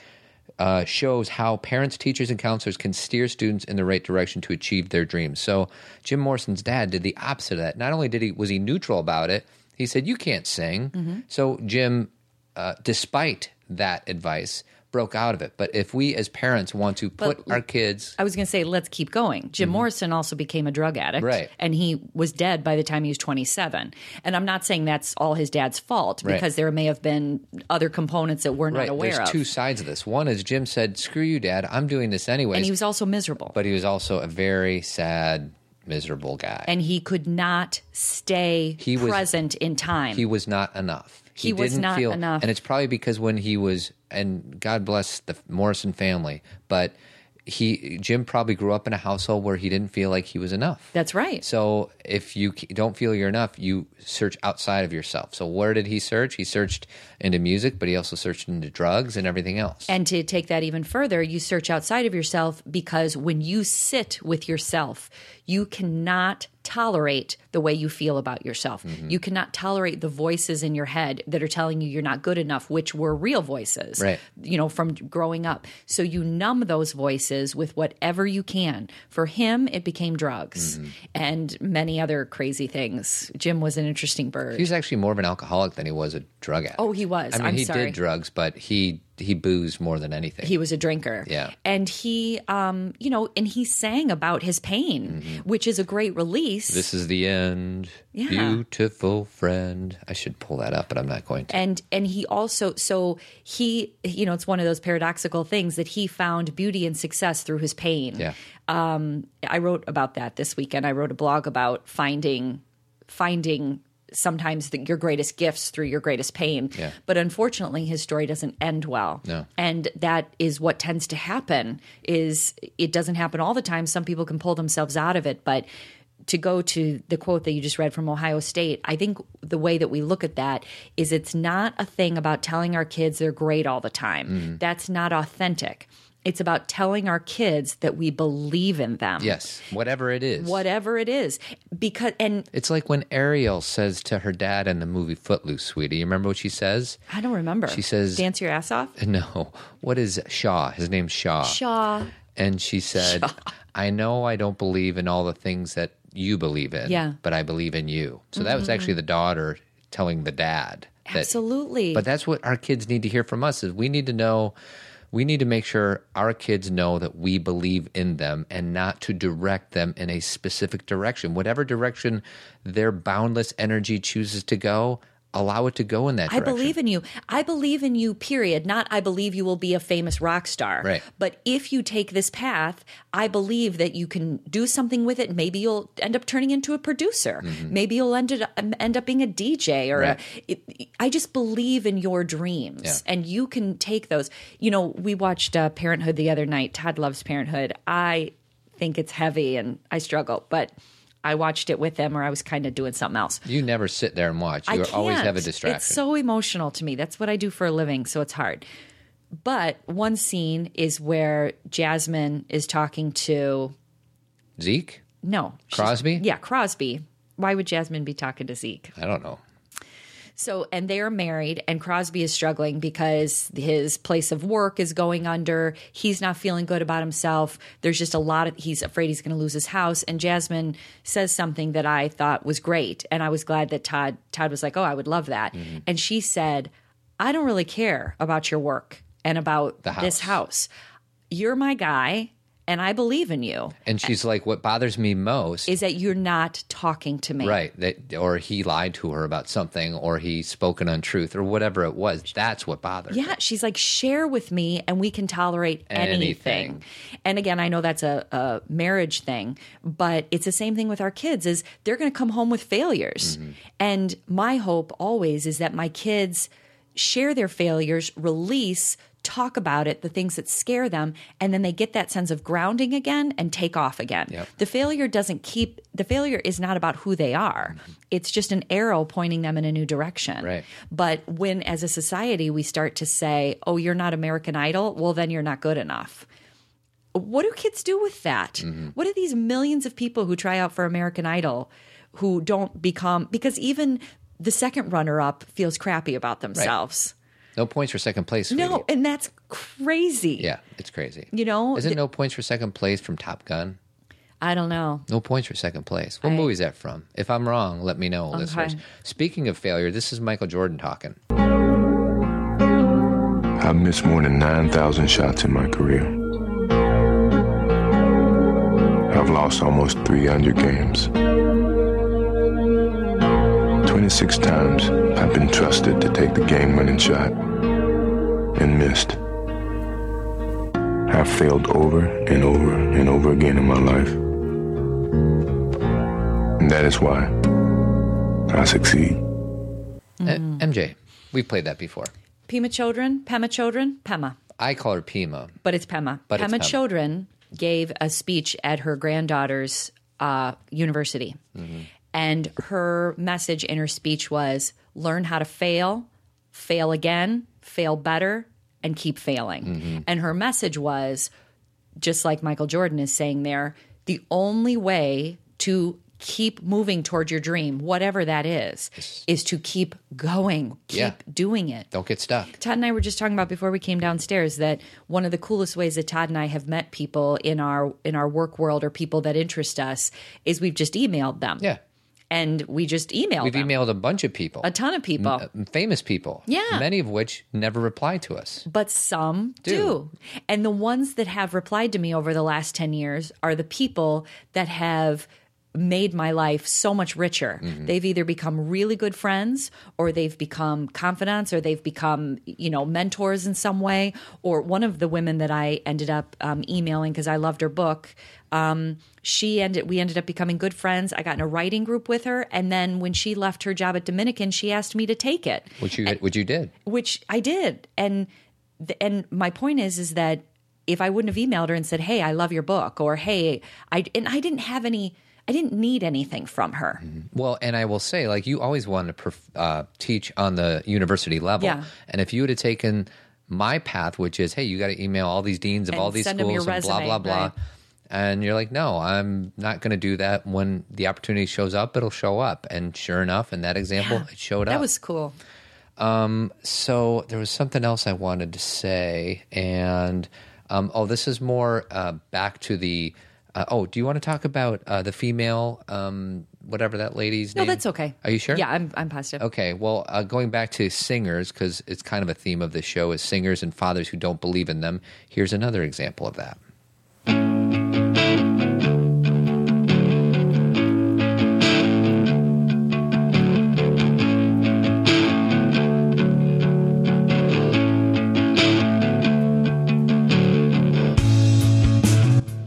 Speaker 1: uh, shows how parents, teachers, and counselors can steer students in the right direction to achieve their dreams. So Jim Morrison's dad did the opposite of that. Not only did he was he neutral about it, he said, "You can't sing."
Speaker 2: Mm-hmm.
Speaker 1: So Jim, uh, despite that advice, broke out of it. But if we as parents want to put our kids
Speaker 2: I was going to say, let's keep going. Jim Morrison also became a drug addict.
Speaker 1: Mm-hmm. Right.
Speaker 2: And he was dead by the time he was 27. And I'm not saying that's all his dad's fault
Speaker 1: Right.
Speaker 2: because there may have been other components that we're
Speaker 1: right,
Speaker 2: not aware
Speaker 1: there's
Speaker 2: of.
Speaker 1: two sides of this. One is Jim said, "Screw you, Dad. I'm doing this anyways."
Speaker 2: and he was also miserable.
Speaker 1: but he was also a very sad, miserable guy.
Speaker 2: and he could not stay
Speaker 1: He was-
Speaker 2: present in time.
Speaker 1: he was not enough.
Speaker 2: Um, He was not enough.
Speaker 1: and it's probably because when he was, and God bless the Morrison family, but he Jim probably grew up in a household where he didn't feel like he was enough.
Speaker 2: That's right.
Speaker 1: So if you c- don't feel you're enough, you search outside of yourself. So where did he search? He searched into music, but he also searched into drugs and everything else.
Speaker 2: and to take that even further, you search outside of yourself because when you sit with yourself, you cannot tolerate the way you feel about yourself.
Speaker 1: Mm-hmm.
Speaker 2: You cannot tolerate the voices in your head that are telling you you're not good enough, which were real voices,
Speaker 1: Right.
Speaker 2: you know, from growing up. So you numb those voices with whatever you can. For him, it became drugs
Speaker 1: Mm-hmm.
Speaker 2: and many other crazy things. Jim was an interesting bird.
Speaker 1: he was actually more of an alcoholic than he was a drug addict.
Speaker 2: Oh, he was.
Speaker 1: I mean,
Speaker 2: I'm
Speaker 1: he
Speaker 2: sorry.
Speaker 1: did drugs, but he he boozed more than anything.
Speaker 2: he was a drinker
Speaker 1: Yeah.
Speaker 2: and he um you know and he sang about his pain which is a great release
Speaker 1: Mm-hmm. This is the end,
Speaker 2: Yeah.
Speaker 1: beautiful friend. I should pull that up, but I'm not going to.
Speaker 2: and and he also so he you know it's one of those paradoxical things that he found beauty and success through his pain
Speaker 1: Yeah.
Speaker 2: I wrote about that this weekend. I wrote a blog about finding finding sometimes the, your greatest gifts through your greatest pain.
Speaker 1: Yeah.
Speaker 2: But unfortunately, his story doesn't end well.
Speaker 1: No.
Speaker 2: And that is what tends to happen is it doesn't happen all the time. Some people can pull themselves out of it, but to go to the quote that you just read from Ohio State, I think the way that we look at that is it's not a thing about telling our kids they're great all the time.
Speaker 1: Mm-hmm.
Speaker 2: That's not authentic. It's about telling our kids that we believe in them.
Speaker 1: Yes, whatever it is.
Speaker 2: Whatever it is. Because and
Speaker 1: It's like when Ariel says to her dad in the movie Footloose, sweetie. You remember what she says?
Speaker 2: I don't remember.
Speaker 1: She says-
Speaker 2: dance your ass off.
Speaker 1: No. What is Shaw? His name's Shaw.
Speaker 2: Shaw.
Speaker 1: And she said, I know I don't believe in all the things that you believe in,
Speaker 2: Yeah. Mm-hmm.
Speaker 1: but I believe in you. So that was actually the daughter telling the dad. that-
Speaker 2: Absolutely.
Speaker 1: But that's what our kids need to hear from us is we need to know we need to make sure our kids know that we believe in them and not to direct them in a specific direction. Whatever direction their boundless energy chooses to go, allow it to go in that
Speaker 2: I
Speaker 1: direction.
Speaker 2: believe in you. I believe in you, period. Not I believe you will be a famous rock star.
Speaker 1: Right.
Speaker 2: But if you take this path, I believe that you can do something with it. Maybe you'll end up turning into a producer. Maybe you'll end, it, um, end up being a DJ or
Speaker 1: Mm-hmm. Right.
Speaker 2: a, it, I just believe in your dreams
Speaker 1: Yeah.
Speaker 2: and you can take those. You know, we watched uh, Parenthood the other night. Todd loves Parenthood. I think it's heavy and I struggle, but I watched it with him or I was kind of doing something else.
Speaker 1: You never sit there and watch.
Speaker 2: I
Speaker 1: You always have a
Speaker 2: can't.
Speaker 1: distraction.
Speaker 2: It's so emotional to me. That's what I do for a living, so it's hard. But one scene is where Jasmine is talking to
Speaker 1: Zeke?
Speaker 2: no she's-
Speaker 1: Crosby?
Speaker 2: Yeah, Crosby. Why would Jasmine be talking to Zeke?
Speaker 1: I don't know.
Speaker 2: So, and they are married, and Crosby is struggling because his place of work is going under. He's not feeling good about himself. There's just a lot of, he's afraid he's going to lose his house. And Jasmine says something that I thought was great. And I was glad that Todd, Todd was like, oh, I would love that. And she said, I don't really care about your work and about this house. You're my guy, and I believe in you,
Speaker 1: And she's like, what bothers me most
Speaker 2: is that you're not talking to me.
Speaker 1: Right. That or he lied to her about something or he spoke an untruth or whatever it was. That's what bothered her.
Speaker 2: Yeah, she's like, share with me and we can tolerate anything.
Speaker 1: Anything.
Speaker 2: And again, I know that's a, a marriage thing, but it's the same thing with our kids is they're gonna come home with failures. And my hope always is that my kids share their failures, release, talk about it, the things that scare them, and then they get that sense of grounding again and take off again. The failure doesn't keep the failure is not about who they are. It's just an arrow pointing them in a new direction.
Speaker 1: Right.
Speaker 2: But when, as a society, we start to say, oh, you're not American Idol, well, then you're not good enough. What do kids do with that?
Speaker 1: Mm-hmm.
Speaker 2: What do these millions of people who try out for American Idol who don't become, because even the second runner up feels crappy about themselves?
Speaker 1: No points for second place.
Speaker 2: No,
Speaker 1: sweetie.
Speaker 2: and that's crazy.
Speaker 1: Yeah, it's crazy.
Speaker 2: You know,
Speaker 1: Isn't
Speaker 2: th-
Speaker 1: no points for second place from Top Gun?
Speaker 2: I don't know.
Speaker 1: No points for second place. What
Speaker 2: I-
Speaker 1: movie is that from? If I'm wrong, let me know, listeners. Speaking of failure, this is Michael Jordan talking.
Speaker 10: I've missed more than 9,000 shots in my career. I've lost almost 300 games. 26 times I've been trusted to take the game winning shot and missed. I've failed over and over and over again in my life. And that is why I succeed.
Speaker 2: Mm-hmm.
Speaker 1: Uh, MJ, we've played that before.
Speaker 2: Pima Children, Pema Children, Pema.
Speaker 1: I call her Pima.
Speaker 2: But it's Pema.
Speaker 1: But it's
Speaker 2: Pema,
Speaker 1: Pema.
Speaker 2: Children gave a speech at her granddaughter's uh, university.
Speaker 1: Mm-hmm.
Speaker 2: And her message in her speech was learn how to fail, fail again, fail better, and keep failing.
Speaker 1: Mm-hmm.
Speaker 2: And her message was just like Michael Jordan is saying there, the only way to keep moving toward your dream, whatever that is, is to keep going, keep
Speaker 1: Yeah.
Speaker 2: doing it.
Speaker 1: Don't get stuck.
Speaker 2: Todd and I were just talking about before we came downstairs that one of the coolest ways that Todd and I have met people in our in our work world or people that interest us is we've just emailed them.
Speaker 1: Yeah.
Speaker 2: And we just emailed
Speaker 1: We've
Speaker 2: them.
Speaker 1: emailed Mm, a bunch of people,
Speaker 2: a ton of people.
Speaker 1: famous people.
Speaker 2: Yeah.
Speaker 1: Many of which never reply to us.
Speaker 2: but some do.
Speaker 1: Do.
Speaker 2: And the ones that have replied to me over the last 10 years are the people that have made my life so much richer. They've either become really good friends or they've become confidants or they've become, you know, mentors in some way. Or one of the women that I ended up um, emailing because I loved her book, um, she ended, we ended up becoming good friends. I got in a writing group with her. And then when she left her job at Dominican, she asked me to take it
Speaker 1: Which you which you did.
Speaker 2: which I did. And th- and my point is is that if I wouldn't have emailed her and said, "Hey, I love your book," or "Hey, I," and I didn't have any, I didn't need anything from her.
Speaker 1: Well, and I will say, like you always wanted to perf- uh, teach on the university level,
Speaker 2: Yeah.
Speaker 1: and if you would have taken my path, which is, hey, you got to email all these deans of
Speaker 2: And
Speaker 1: all these
Speaker 2: send 'em
Speaker 1: schools
Speaker 2: your
Speaker 1: and blah
Speaker 2: resume,
Speaker 1: blah blah,
Speaker 2: right.
Speaker 1: and you're like, no, I'm not going to do that. When the opportunity shows up, it'll show up, and sure enough, in that example, it showed
Speaker 2: That
Speaker 1: up.
Speaker 2: was cool.
Speaker 1: so there was something else I wanted to say, and um, oh, this is more uh, back to the. Uh, oh, do you want to talk about uh, the female, um, whatever that lady's
Speaker 2: No,
Speaker 1: name?
Speaker 2: that's okay.
Speaker 1: Are you sure?
Speaker 2: Yeah, I'm. I'm positive.
Speaker 1: Okay, well, uh, going back to singers because it's kind of a theme of this show is singers and fathers who don't believe in them. Here's another example of that.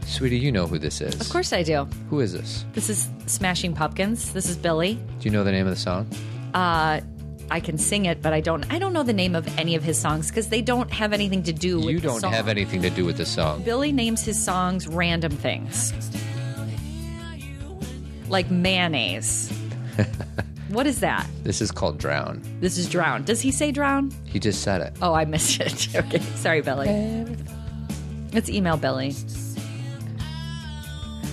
Speaker 1: Sweetie, you know who this is.
Speaker 2: Of course I do.
Speaker 1: Who is this?
Speaker 2: This is Smashing Pumpkins. This is Billy.
Speaker 1: Do you know the name of the song?
Speaker 2: I can sing it, but I don't. I don't know the name of any of his songs because they don't have anything to do with.
Speaker 1: you
Speaker 2: the
Speaker 1: don't
Speaker 2: song.
Speaker 1: have anything to do with the song.
Speaker 2: Billy names his songs random things. Like mayonnaise. what is that?
Speaker 1: This is called Drown.
Speaker 2: This is drown. Does he say drown?
Speaker 1: He just said it.
Speaker 2: Oh, I missed it. okay. Sorry, Billy. Let's email Billy.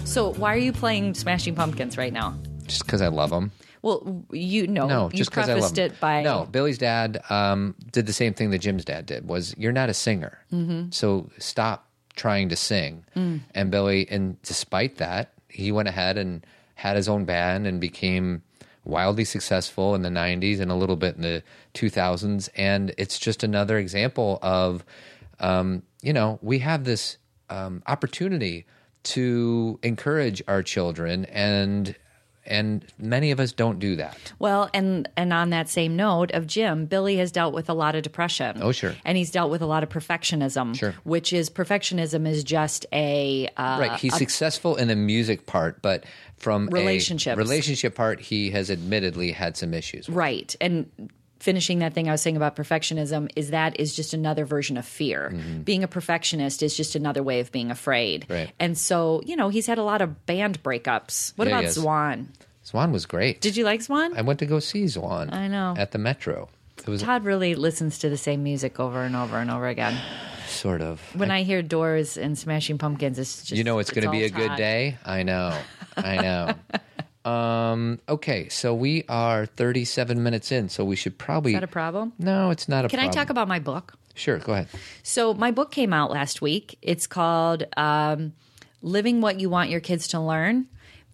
Speaker 2: So, why are you playing Smashing Pumpkins right now?
Speaker 1: Just because I love him.
Speaker 2: Well, you know,
Speaker 1: No,
Speaker 2: you
Speaker 1: just because I love
Speaker 2: prefaced
Speaker 1: him.
Speaker 2: it by
Speaker 1: no. Billy's dad um, did the same thing that Jim's dad did. Was you're not a singer,
Speaker 2: Mm-hmm.
Speaker 1: so stop trying to sing.
Speaker 2: Mm.
Speaker 1: And Billy, and despite that, he went ahead and had his own band and became wildly successful in the 90s and a little bit in the 2000s. And it's just another example of, um, you know, we have this um, opportunity to encourage our children and and many of us don't do that.
Speaker 2: Well, and and on that same note of Jim, Billy has dealt with a lot of depression.
Speaker 1: Oh, sure.
Speaker 2: And he's dealt with a lot of perfectionism.
Speaker 1: Sure.
Speaker 2: Which is perfectionism is just a uh,
Speaker 1: right he's successful in the music part but from a
Speaker 2: Relationships.
Speaker 1: relationship part he has admittedly had some issues with.
Speaker 2: right and. Finishing that thing I was saying about perfectionism is that is just another version of fear. Being a perfectionist is just another way of being afraid.
Speaker 1: Mm-hmm. Right.
Speaker 2: And so, you know, he's had a lot of band breakups. What
Speaker 1: Yeah, he
Speaker 2: about
Speaker 1: has.
Speaker 2: Swan?
Speaker 1: swan was great
Speaker 2: Did you like Swan?
Speaker 1: i went to go see swan
Speaker 2: I know.
Speaker 1: at the metro it was
Speaker 2: Todd really listens to the same music over and over and over again.
Speaker 1: sort of
Speaker 2: When I hear Doors and Smashing Pumpkins, it's just
Speaker 1: you know it's going to
Speaker 2: all
Speaker 1: be a good
Speaker 2: Todd.
Speaker 1: day i know i know um okay so we are 37 minutes in so we should probably
Speaker 2: Is that a problem?
Speaker 1: no it's not a
Speaker 2: Can
Speaker 1: problem
Speaker 2: I talk about my book?
Speaker 1: sure go ahead
Speaker 2: So, my book came out last week. It's called um, Living What You Want Your Kids to Learn.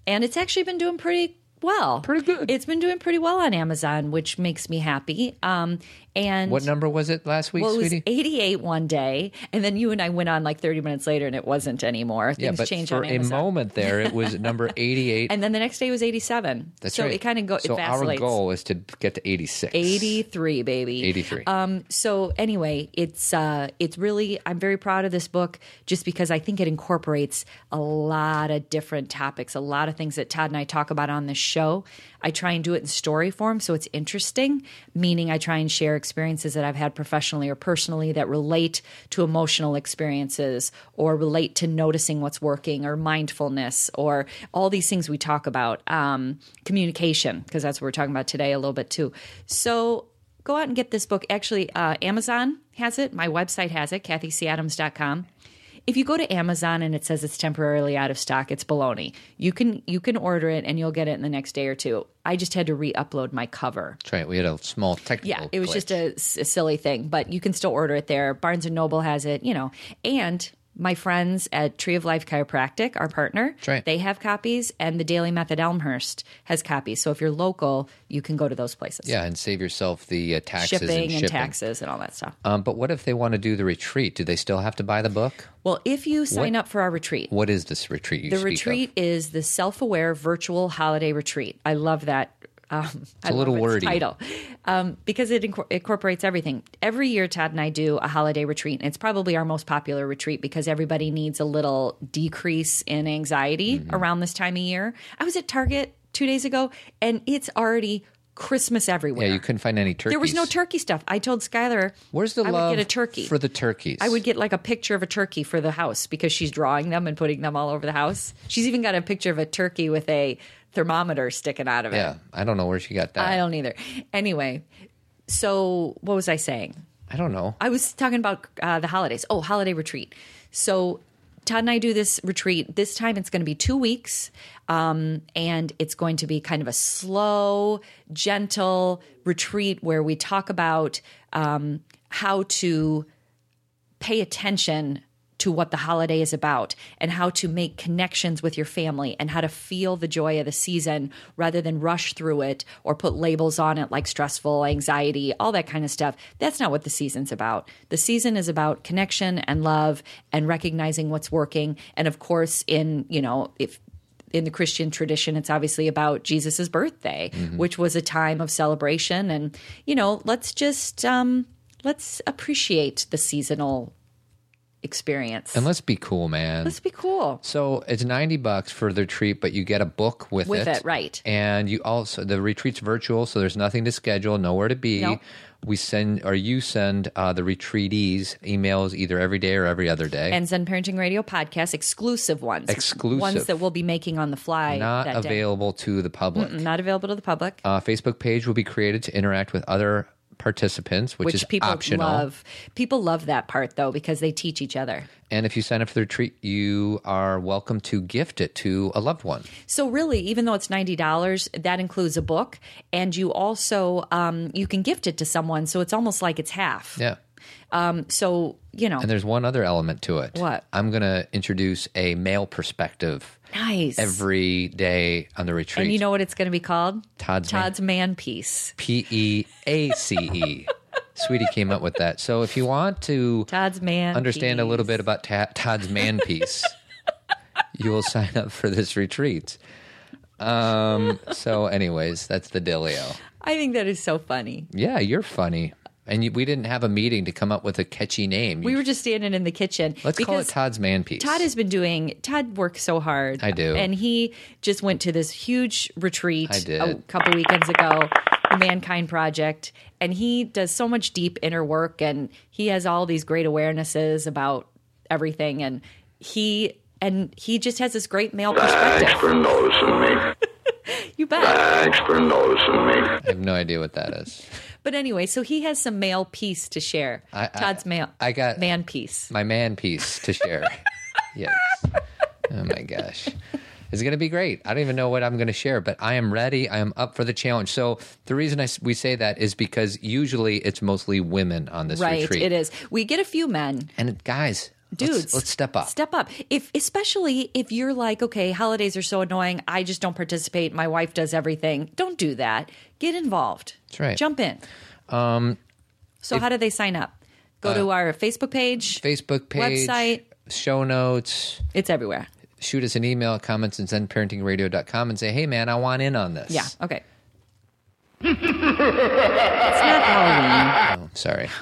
Speaker 2: And it's actually been doing pretty well. Pretty good. It's been doing pretty well on Amazon, which makes me happy. Um, and
Speaker 1: what number was it last week
Speaker 2: Well, it was
Speaker 1: sweetie
Speaker 2: 88 one day, and then you and I went on like 30 minutes later, and it wasn't anymore. Things
Speaker 1: yeah but
Speaker 2: change
Speaker 1: for
Speaker 2: on
Speaker 1: a
Speaker 2: Amazon.
Speaker 1: moment there it was number 88
Speaker 2: and then the next day was 87.
Speaker 1: That's
Speaker 2: so
Speaker 1: right.
Speaker 2: it kind of goes.
Speaker 1: So
Speaker 2: it
Speaker 1: our
Speaker 2: vacillates.
Speaker 1: goal is to get to 86.
Speaker 2: 83 baby
Speaker 1: 83.
Speaker 2: um so anyway it's uh it's really i'm very proud of this book just because i think it incorporates a lot of different topics a lot of things that todd and i talk about on this show i try and do it in story form so it's interesting meaning i try and share experiences that i've had professionally or personally that relate to emotional experiences or relate to noticing what's working or mindfulness or all these things we talk about um, communication because that's what we're talking about today a little bit too so go out and get this book. Actually, uh, Amazon has it. My website has it, kathycadams.com. If you go to Amazon and it says it's temporarily out of stock, it's baloney. You can you can order it and you'll get it in the next day or two. I just had to re-upload my cover.
Speaker 1: That's right. We had a small technical.
Speaker 2: Yeah, it was
Speaker 1: Oh, glitch.
Speaker 2: just a, s- a silly thing, but you can still order it there. Barnes and Noble has it, you know. And my friends at Tree of Life Chiropractic, our partner,
Speaker 1: That's right.
Speaker 2: they have copies, and the Daily Method Elmhurst has copies. So if you're local, you can go to those places.
Speaker 1: Yeah, and save yourself the uh, taxes
Speaker 2: Shipping
Speaker 1: and
Speaker 2: and,
Speaker 1: shipping.
Speaker 2: taxes and all that stuff.
Speaker 1: Um, but what if they want to do the retreat? Do they still have to buy the book?
Speaker 2: Well, if you sign
Speaker 1: What-
Speaker 2: up for our retreat,
Speaker 1: What is this retreat? You
Speaker 2: the
Speaker 1: speak of?
Speaker 2: retreat is the self aware virtual holiday retreat. I love that. Um, I love
Speaker 1: little
Speaker 2: its
Speaker 1: wordy.
Speaker 2: title um, because it inco- incorporates everything. Every year, Todd and I do a holiday retreat, and it's probably our most popular retreat because everybody needs a little decrease in anxiety
Speaker 1: Mm-hmm.
Speaker 2: around this time of year. I was at Target two days ago, and it's already Christmas everywhere.
Speaker 1: Yeah, you couldn't find any turkeys.
Speaker 2: there was no turkey stuff. I told Skylar,
Speaker 1: Where's the
Speaker 2: I
Speaker 1: love
Speaker 2: would get a turkey
Speaker 1: for the turkeys?
Speaker 2: I would get like a picture of a turkey for the house because she's drawing them and putting them all over the house. She's even got a picture of a turkey with a thermometer sticking out of it.
Speaker 1: Yeah, I don't know where she got that.
Speaker 2: I don't either. Anyway, so what was I saying?
Speaker 1: I don't know.
Speaker 2: I was talking about uh, the holidays. Oh, holiday retreat. So Todd and I do this retreat. This time it's going to be two weeks, um, and it's going to be kind of a slow, gentle retreat where we talk about um, how to pay attention to what the holiday is about and how to make connections with your family and how to feel the joy of the season rather than rush through it or put labels on it like stressful, anxiety, all that kind of stuff. That's not what the season's about. The season is about connection and love and recognizing what's working. And of course, in, you know, if in the Christian tradition, it's obviously about Jesus' birthday, which was a time of celebration. And, you know, let's just um, let's appreciate the seasonal experience.
Speaker 1: And let's be cool, man.
Speaker 2: let's be cool.
Speaker 1: so it's ninety bucks for the retreat, but you get a book with,
Speaker 2: With it, right.
Speaker 1: And you also the retreat's virtual, so there's nothing to schedule, nowhere to be.
Speaker 2: Nope.
Speaker 1: We send or you send uh, the retreatees emails either every day or every other day.
Speaker 2: And Zen Parenting Radio podcast, exclusive ones.
Speaker 1: Exclusive.
Speaker 2: Ones that we'll be making on the fly.
Speaker 1: not
Speaker 2: that day.
Speaker 1: available to the public.
Speaker 2: Not available to the public.
Speaker 1: Uh, Facebook page will be created to interact with other participants, which,
Speaker 2: which
Speaker 1: is
Speaker 2: people
Speaker 1: optional.
Speaker 2: love. People love that part though because they teach each other.
Speaker 1: And if you sign up for the retreat, you are welcome to gift it to a loved one.
Speaker 2: So really, even though it's ninety dollars, that includes a book, and you also um, you can gift it to someone. So it's almost like it's half. Um,
Speaker 1: Yeah.
Speaker 2: So you know,
Speaker 1: And there's one other element to it.
Speaker 2: What?
Speaker 1: I'm going to introduce a male perspective
Speaker 2: nice.
Speaker 1: every day on the retreat.
Speaker 2: and you know what it's going to be called?
Speaker 1: Todd's man-
Speaker 2: Todd's man, piece.
Speaker 1: P E A C E. Sweetie came up with that. So if you want to
Speaker 2: Todd's man.
Speaker 1: understand a
Speaker 2: piece.
Speaker 1: little bit about Ta- Todd's man piece, you will sign up for this retreat. Um, so, anyways, that's the dealio.
Speaker 2: I think that is so funny.
Speaker 1: Yeah, you're funny. And you, we didn't have a meeting to come up with a catchy name.
Speaker 2: We were just standing in the kitchen.
Speaker 1: Let's call it
Speaker 2: because
Speaker 1: Todd's man piece.
Speaker 2: Todd has been doing. Todd works so hard.
Speaker 1: I do.
Speaker 2: and he just went to this huge retreat
Speaker 1: I did.
Speaker 2: a couple weekends ago, the Mankind Project, and he does so much deep inner work, and he has all these great awarenesses about everything, and he and he just has this great male perspective.
Speaker 10: noticing me.
Speaker 2: You bet.
Speaker 10: Thanks for noticing me.
Speaker 1: I have no idea what that is.
Speaker 2: But anyway, so he has some male piece to share.
Speaker 1: I- I-
Speaker 2: Todd's male.
Speaker 1: I got-
Speaker 2: man piece.
Speaker 1: My man piece to share. yes. Oh my gosh. It's going to be great. I don't even know what I'm going to share, but I am ready. I am up for the challenge. So the reason I s we say that is because usually it's mostly women on this
Speaker 2: Right,
Speaker 1: retreat.
Speaker 2: it is. We get a few men.
Speaker 1: And guys, let's-
Speaker 2: dudes
Speaker 1: let's, step up.
Speaker 2: step up if especially if you're like okay holidays are so annoying i just don't participate my wife does everything don't do that get involved
Speaker 1: That's right.
Speaker 2: jump in um so how do they sign up go
Speaker 1: Uh,
Speaker 2: to our facebook page
Speaker 1: Facebook page,
Speaker 2: Website.
Speaker 1: show notes.
Speaker 2: it's everywhere
Speaker 1: Shoot us an email at comments and zenparentingradio.com and say, hey, man, I want in on this.
Speaker 2: yeah okay it's not halloween
Speaker 1: Oh, sorry.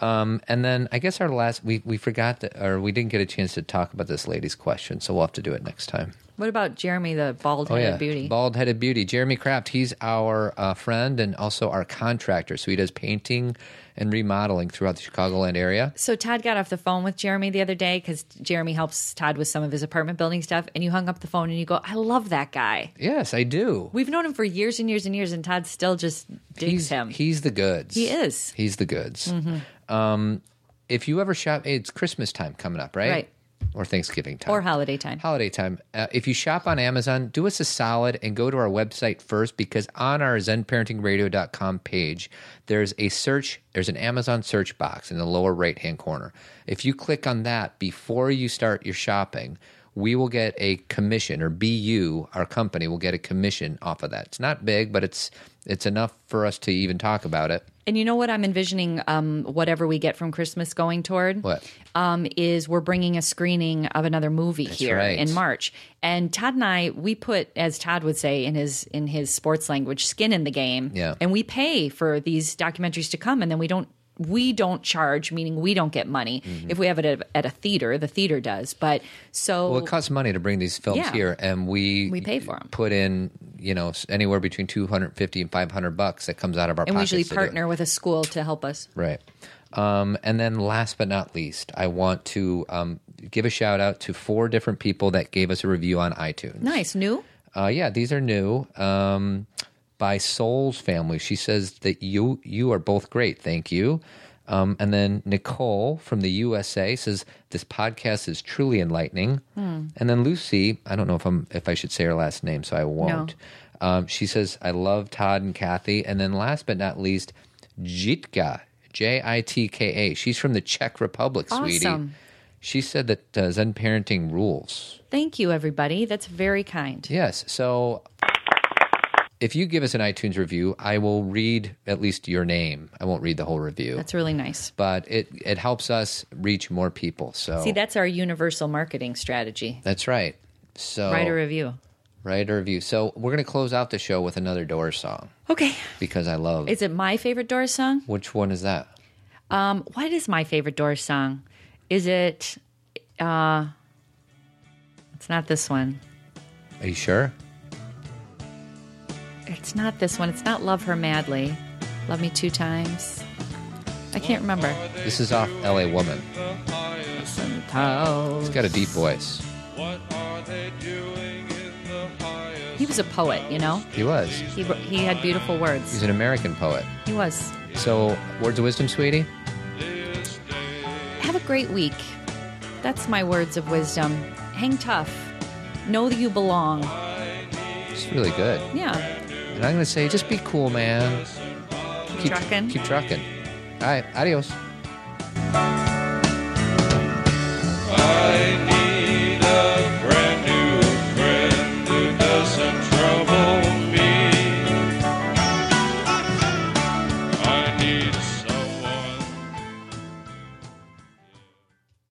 Speaker 1: Um, and then I guess our last we we forgot to, or we didn't get a chance to talk about this lady's question, so we'll have to do it next time.
Speaker 2: what about jeremy the bald-headed beauty
Speaker 1: Oh, bald headed beauty, Jeremy Kraft. He's our uh, friend and also our contractor, so he does painting and remodeling throughout the Chicagoland area.
Speaker 2: So Todd got off the phone with Jeremy the other day because Jeremy helps Todd with some of his apartment building stuff, and you hung up the phone and you go, "I love that guy."
Speaker 1: Yes, I do.
Speaker 2: We've known him for years and years and years, and Todd still just digs
Speaker 1: he's
Speaker 2: him.
Speaker 1: he's the goods.
Speaker 2: He is. Mm-hmm.
Speaker 1: He's the goods. Um, if you ever shop, it's Christmas time coming up, right?
Speaker 2: Right.
Speaker 1: or Thanksgiving time
Speaker 2: or holiday time.
Speaker 1: holiday time. Uh, if you shop on Amazon, do us a solid and go to our website first because on our zenparentingradio.com page, there's a search, there's an Amazon search box in the lower right hand corner. If you click on that before you start your shopping, we will get a commission or BU, our company will get a commission off of that. It's not big, but it's it's enough for us to even talk about it.
Speaker 2: And you know what I'm envisioning? Um, whatever we get from Christmas going toward
Speaker 1: What?
Speaker 2: um, is we're bringing a screening of another movie here
Speaker 1: right.
Speaker 2: in March. And Todd and I, we put, as Todd would say in his in his sports language, skin in the game.
Speaker 1: Yeah.
Speaker 2: And we pay for these documentaries to come, and then we don't we don't charge, meaning we don't get money
Speaker 1: Mm-hmm.
Speaker 2: if we have it at, at a theater. The theater does, but so
Speaker 1: Well, it costs money to bring these films
Speaker 2: Yeah.
Speaker 1: here, and we
Speaker 2: We pay for 'em.
Speaker 1: Put in, you know, s- anywhere between two hundred fifty and five hundred bucks that comes out of our.
Speaker 2: and we usually
Speaker 1: pockets to do it.
Speaker 2: partner with a school to help us.
Speaker 1: right? Um, and then, last but not least, I want to um, give a shout out to four different people that gave us a review on iTunes.
Speaker 2: Nice, new.
Speaker 1: Uh, yeah, these are new. Um, by Soul's family, she says that you you are both great. Thank you. Um, and then Nicole from the USA says this podcast is truly enlightening. And then Lucy, I don't know if I'm if I should say her last name, so I won't. Um, she says I love Todd and Kathy. And then last but not least, Jitka J I T K A. She's from the Czech Republic, sweetie.
Speaker 2: Awesome.
Speaker 1: She said that uh, Zen parenting rules.
Speaker 2: Thank you, everybody. That's very kind.
Speaker 1: Yes. So if you give us an iTunes review, I will read at least your name. I won't read the whole review.
Speaker 2: That's really nice.
Speaker 1: but it it helps us reach more people. So
Speaker 2: See, that's our universal marketing strategy.
Speaker 1: that's right. So
Speaker 2: Write a review.
Speaker 1: Write a review. So we're gonna close out the show with another Doors song
Speaker 2: Okay.
Speaker 1: because I love
Speaker 2: Is it my favorite Doors song?
Speaker 1: which one is that?
Speaker 2: Um, what is my favorite Doors song? Is it uh it's not this one.
Speaker 1: Are you sure?
Speaker 2: It's not this one. It's not Love Her Madly. Love Me Two Times. I can't remember.
Speaker 1: This is off LA Woman. It's got a deep voice.
Speaker 2: He was a poet, you know?
Speaker 1: He was.
Speaker 2: He wr- he had beautiful
Speaker 1: He's
Speaker 2: words.
Speaker 1: an American poet.
Speaker 2: He was.
Speaker 1: So words of wisdom, sweetie?
Speaker 2: Have a great week. That's my words of wisdom. Hang tough. Know that you belong.
Speaker 1: It's really good.
Speaker 2: Yeah.
Speaker 1: And I'm going to say, just be cool, man. Keep
Speaker 2: trucking.
Speaker 1: Keep trucking. All right. Adios.
Speaker 11: I